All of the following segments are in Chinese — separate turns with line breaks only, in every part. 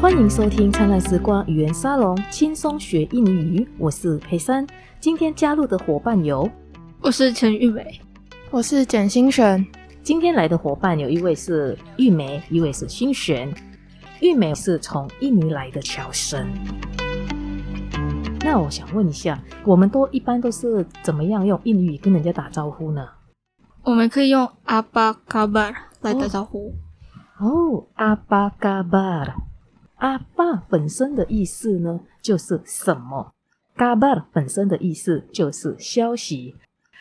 欢迎收听灿烂时光语言沙龙，轻松学印尼语。我是裴珊，今天加入的伙伴有，
我是陈玉梅，
我是简心璇。
今天来的伙伴有一位是玉梅，一位是新璇。玉梅是从印尼来的侨生。那我想问一下，我们都一般都是怎么样用印尼语跟人家打招呼呢？
我们可以用阿巴卡巴来打招呼。
哦，阿巴嘎巴拉，阿巴本身的意思呢就是什么？嘎巴拉本身的意思就是消息，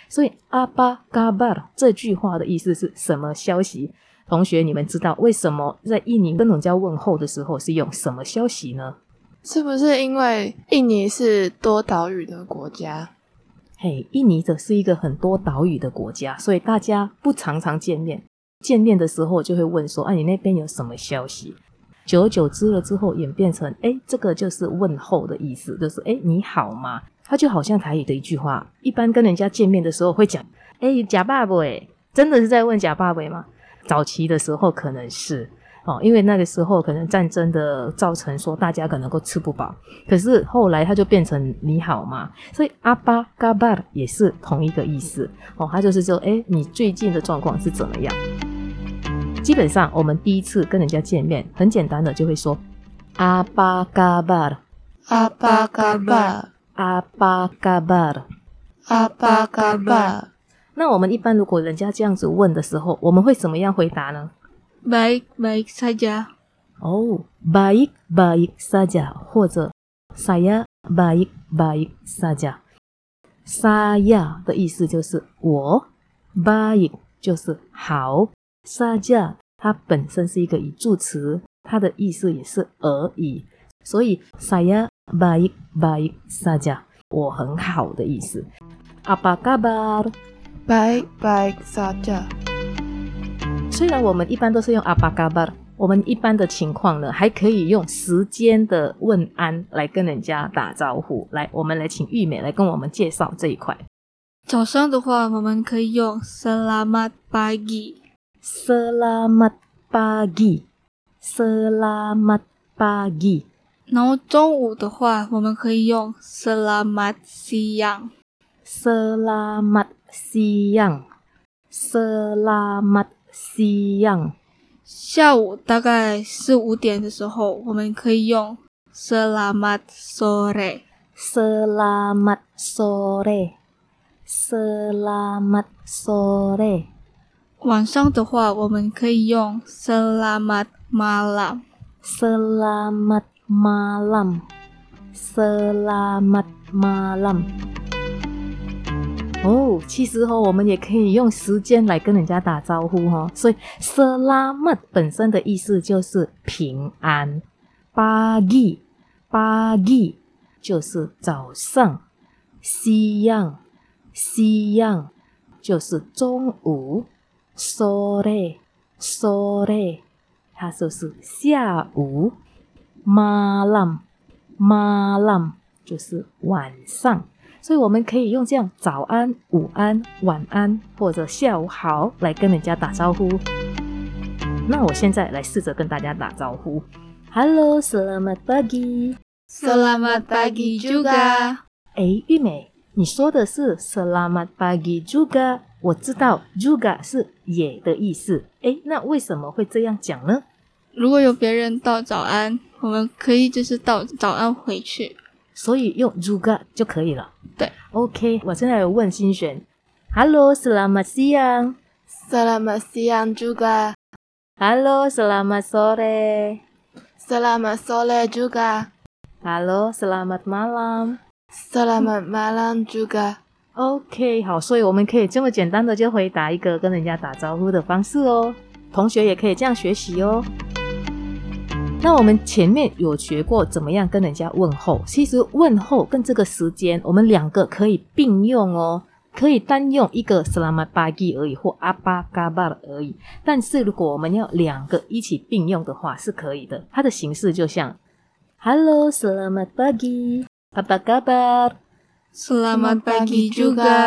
所以阿巴嘎巴拉这句话的意思是什么消息？同学，你们知道为什么在印尼跟人家问候的时候是用什么消息呢？
是不是因为印尼是多岛屿的国家？
嘿，印尼这是一个很多岛屿的国家，所以大家不常常见面。见面的时候就会问说：“哎、啊，你那边有什么消息？”久而久之了之后，演变成“哎，这个就是问候的意思，就是‘哎，你好吗’。”它就好像台语的一句话，一般跟人家见面的时候会讲：“哎，假爸爸哎，真的是在问假爸爸吗？”早期的时候可能是哦，因为那个时候可能战争的造成说大家可能够吃不饱，可是后来它就变成“你好吗”，所以阿巴嘎巴也是同一个意思哦，它就是说：“哎，你最近的状况是怎么样？”基本上，我们第一次跟人家见面，很简单的就会说阿巴嘎巴拉，
阿巴嘎巴，
阿巴嘎巴拉。
阿巴嘎巴，
那我们一般如果人家这样子问的时候，我们会怎么样回答呢？
Baik baik saja，
哦、b a i k baik saja，或者 saya baik baik saja。saya 的意思就是我，baik 就是好，saja 它本身是一个语助词，它的意思也是而已，所以 saya baik baik saja，我很好的意思。Apa kabar？
拜拜撒加，
虽然我们一般都是用阿巴嘎巴，我们一般的情况呢，还可以用时间的问安来跟人家打招呼。来，我们来请玉美来跟我们介绍这一块。
早上的话我们可以用 Selamat pagi。
Selamat pagi，Selamat pagi。
然后中午的话我们可以用 Selamat siang。
Selamat siang，Selamat siang。
下午大概四五点的时候我们可以用 Selamat sore。
Selamat sore，Selamat sore。
晚上的话我们可以用 Selamat malam。
Selamat malam，Selamat malam。哦，其实哦，我们也可以用时间来跟人家打招呼哦。所以 “selamat” 本身的意思就是平安，“pagi”、“pagi” 就是早上，“siang”、“siang” 就是中午，“sore”、“sore” 它就是下午，“malam”、“malam” 就是晚上。所以我们可以用这样早安、午安、晚安或者下午好来跟人家打招呼。那我现在来试着跟大家打招呼，Hello, selamat pagi。
Selamat pagi juga。
诶，玉美，你说的是 selamat pagi juga，我知道 juga 是也的意思。诶，那为什么会这样讲呢？
如果有别人道早安，我们可以就是道早安回去。
所以用 juga 就可以了。
对
，OK，我现在有问新璇，Hello, selamat siang。
Selamat siang juga,
Hello, selamat sore。
Selamat sore juga,
Hello, selamat malam。
Selamat malam juga。
OK，好，所以我们可以这么简单的就回答一个跟人家打招呼的方式哦。同学也可以这样学习哦。那我们前面有学过怎么样跟人家问候，其实问候跟这个时间，我们两个可以并用哦，可以单用一个 selamat pagi 而已，或阿巴嘎巴而已。但是如果我们要两个一起并用的话，是可以的。它的形式就像 Hello selamat pagi，阿巴嘎巴。
Selamat pagi
pagi juga.
juga。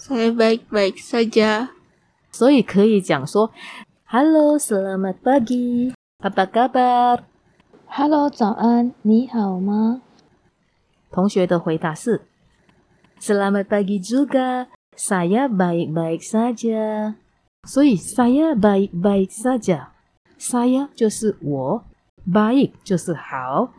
Saya baik-baik saja。
所以可以讲说，Hello, selamat pagi, apa kabar?
Hello，早安，你好吗？
同学的回答是：Selamat pagi juga, saya baik-baik saja。所以 saya baik-baik saja。saya 就是我，baik 就是好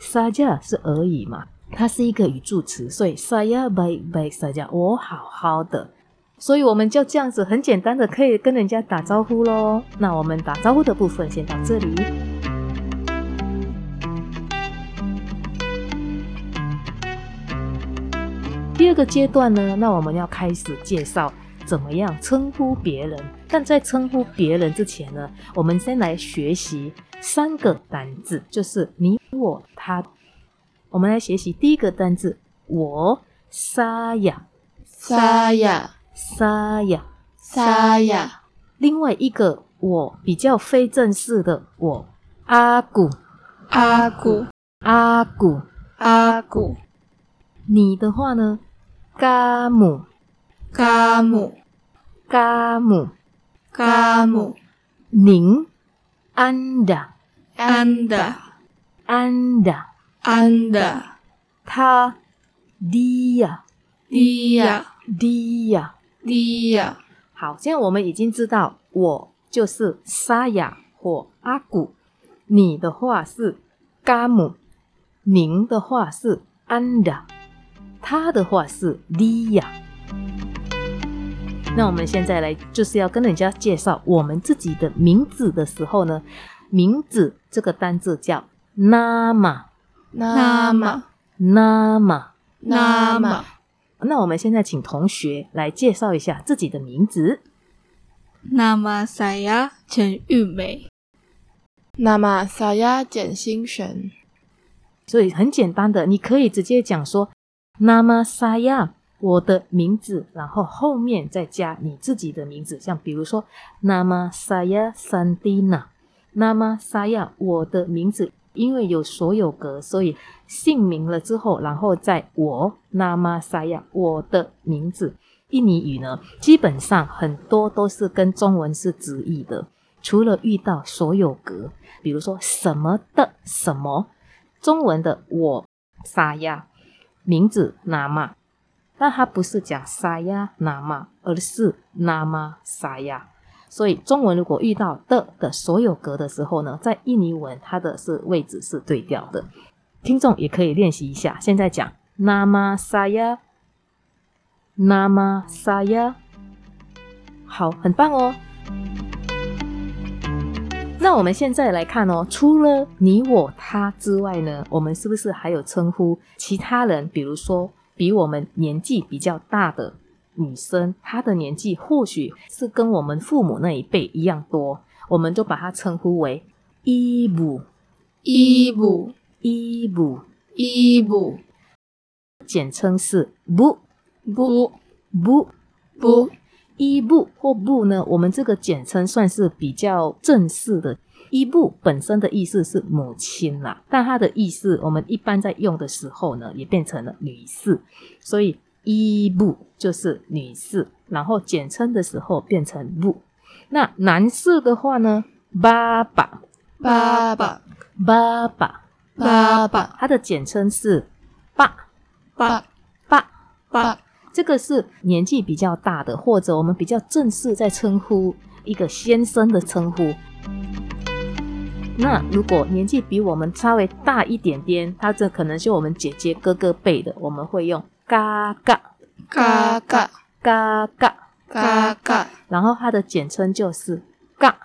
，saja 是而已嘛，它是一个语助词，所以 saya baik-baik saja，我好好的。所以我们就这样子很简单的可以跟人家打招呼喽。那我们打招呼的部分先到这里。第二个阶段呢，那我们要开始介绍怎么样称呼别人。但在称呼别人之前呢，我们先来学习三个单字，就是你、我、他。我们来学习第一个单字：我、沙呀、
沙呀，
沙呀。
沙呀，
另外一个我比较非正式的我，阿古
阿古
阿古。
阿古
你的话呢？嘎姆
嘎姆
嘎姆，
嘎姆
您安达
安的
安达，
安的
他迪呀
利亚
迪呀。
利亚
好，现在我们已经知道我就是沙雅或阿古，你的话是嘎姆，您的话是安达，他的话是利亚。那我们现在来就是要跟人家介绍我们自己的名字的时候呢，名字这个单字叫 nama，nama。
那玛那玛
那我们现在请同学来介绍一下自己的名字。
那玛塞亚陈玉梅
那么撒亚简心璇，
所以很简单的，你可以直接讲说 “nama saya”，我的名字，然后后面再加你自己的名字，像比如说 “nama saya Sandina”，“nama saya” 我的名字，因为有所有格，所以姓名了之后，然后再我 “nama saya” 我的名字。印尼语呢，基本上很多都是跟中文是直译的，除了遇到所有格，比如说什么的什么，中文的我沙呀，名字拿嘛，但它不是讲沙呀拿嘛，而是拿嘛沙呀。所以中文如果遇到的的所有格的时候呢，在印尼文它的是位置是对调的。听众也可以练习一下，现在讲 nama saya nama saya，好，很棒哦。那我们现在来看哦，除了你、我、他之外呢，我们是不是还有称呼其他人？比如说，比我们年纪比较大的女生，她的年纪或许是跟我们父母那一辈一样多，我们就把她称呼为伊母、
伊布
伊母，
伊布
简称是不
不
不
不
伊布，E 或布呢，我们这个简称算是比较正式的。伊布本身的意思是母亲啦，但它的意思我们一般在用的时候呢，也变成了女士，所以伊布就是女士，然后简称的时候变成布。那男士的话呢，爸爸
爸爸，
爸爸，
爸爸，
它的简称是爸
爸
爸。
爸
这个是年纪比较大的，或者我们比较正式在称呼一个先生的称呼。那如果年纪比我们稍微大一点点，他这可能是我们姐姐哥哥辈的，我们会用嘎嘎
嘎嘎，
嘎嘎，
嘎嘎，
然后它的简称就是嘎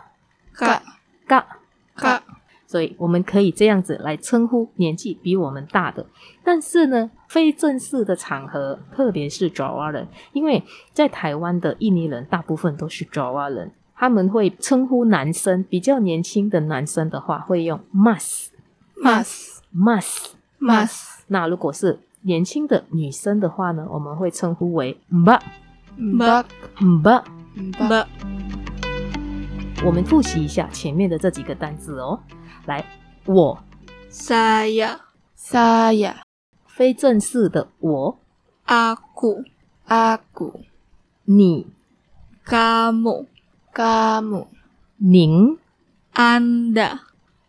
嘎
嘎。
嘎
所以我们可以这样子来称呼年纪比我们大的。但是呢，非正式的场合，特别是爪哇人，因为在台湾的印尼人大部分都是爪哇人，他们会称呼男生比较年轻的男生的话，会用 mas
mas
mas。
mas
那如果是年轻的女生的话呢，我们会称呼为 mba
巴
mba。
爸，
巴
我们复习一下前面的这几个单字哦。来，我
沙亚
沙呀，
非正式的我，
阿古
阿古，
你
嘎姆
嘎姆，
您
安的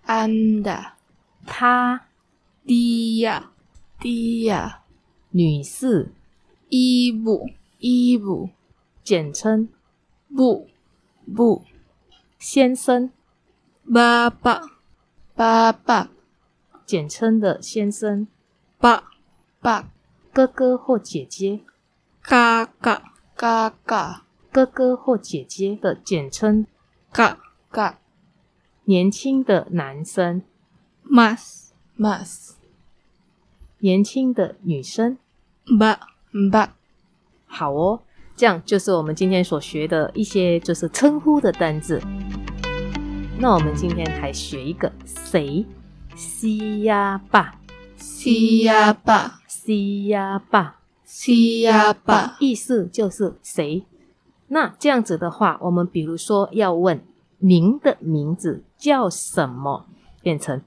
安达，
她
第一呀，
第一呀，
女士，
衣服
衣服
简称
不
不
先生，
爸爸
爸爸
简称的先生，
爸
爸
哥哥或姐姐，
嘎嘎
嘎嘎
哥哥或姐姐的简称，
嘎
嘎
年轻的男生，
mas
mas
年轻的女生。
ba
ba
好哦，这样就是我们今天所学的一些就是称呼的单字。那我们今天还学一个谁，西呀吧，
siapa
西呀吧，
siapa
意思就是谁。那这样子的话，我们比如说要问您的名字叫什么，变成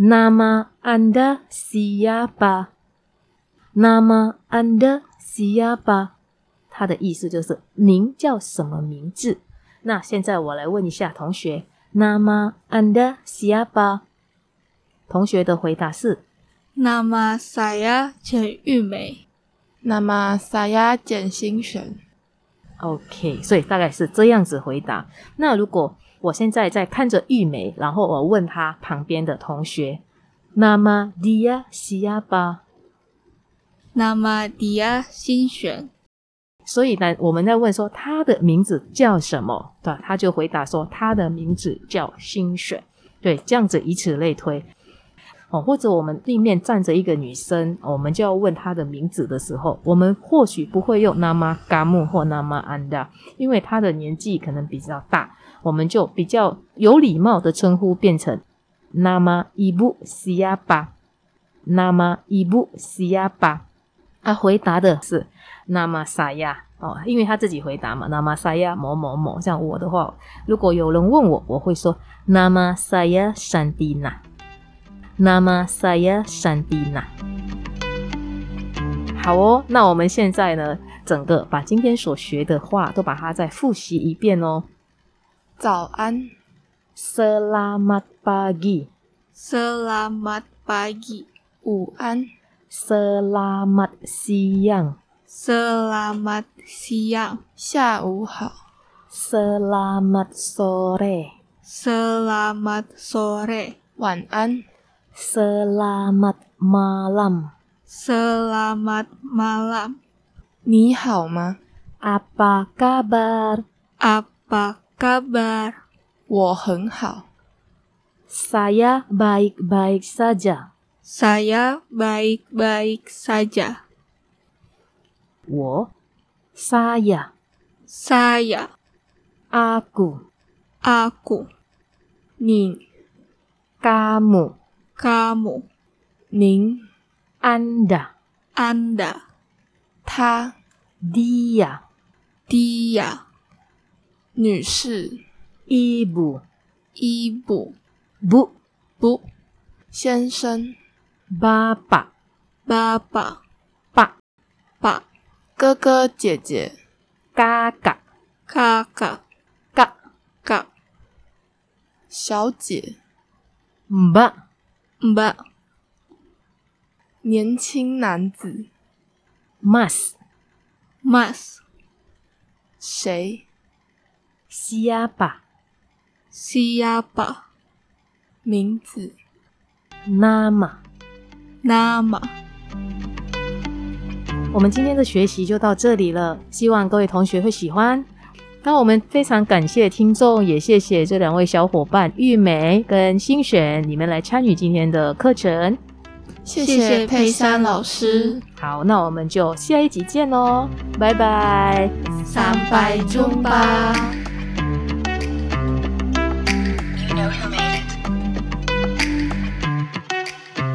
Nama Anda siapa？Nama Anda siapa？它的意思就是您叫什么名字？那现在我来问一下同学，Nama Anda siapa？同学的回答是
nama saya Chen Yu Mei
nama saya Jian Xingxuan
OK，所以大概是这样子回答。那如果我现在在看着玉梅，然后我问她旁边的同学，Nama dia siapa？
nama dia Xin Xuan
所以呢，我们在问说他的名字叫什么，对吧？他就回答说他的名字叫新选，对，这样子以此类推。哦，或者我们对面站着一个女生，我们就要问她的名字的时候，我们或许不会用 nama gamu 或 nama anda，因为她的年纪可能比较大，我们就比较有礼貌的称呼变成 nama ibu siapa，nama ibu siapa。她回答的是那玛萨亚哦，因为他自己回答嘛，那玛萨亚某某某。像我的话，如果有人问我，我会说那玛萨亚山蒂娜，那玛萨亚山蒂娜。好哦，那我们现在呢，整个把今天所学的话都把它再复习一遍哦。
早安
Selamat pagi，Selamat
selamat pagi
午安
siang，Selamat
selamat siang
下午好
sore，Selamat
selamat sore
晚安
malam。
selamat malam
你好吗
Apa kabar?
apa kabar
我很好
Saya baik-baik saja.
saya baik-baik saja
我 saya
saya
aku
aku
你
kamu
kamu
您
anda
anda
他
dia
dia
女士
ibu
ibu
bu
不
先生
bapak
bapak
pak
爸
哥哥姐姐
kakak
kakak
kak
嘎
小姐
mbak
mbak
年轻男子
mas
mas
谁
siapa
siapa
名字
nama。
nama
我们今天的学习就到这里了，希望各位同学会喜欢。那我们非常感谢听众，也谢谢这两位小伙伴玉梅跟新璇，你们来参与今天的课程。
谢
谢
谢
谢
佩
佩
珊
珊
老
老
师
师。
好，那哦我们就下一集见喽，拜拜。
Sampai jumpa.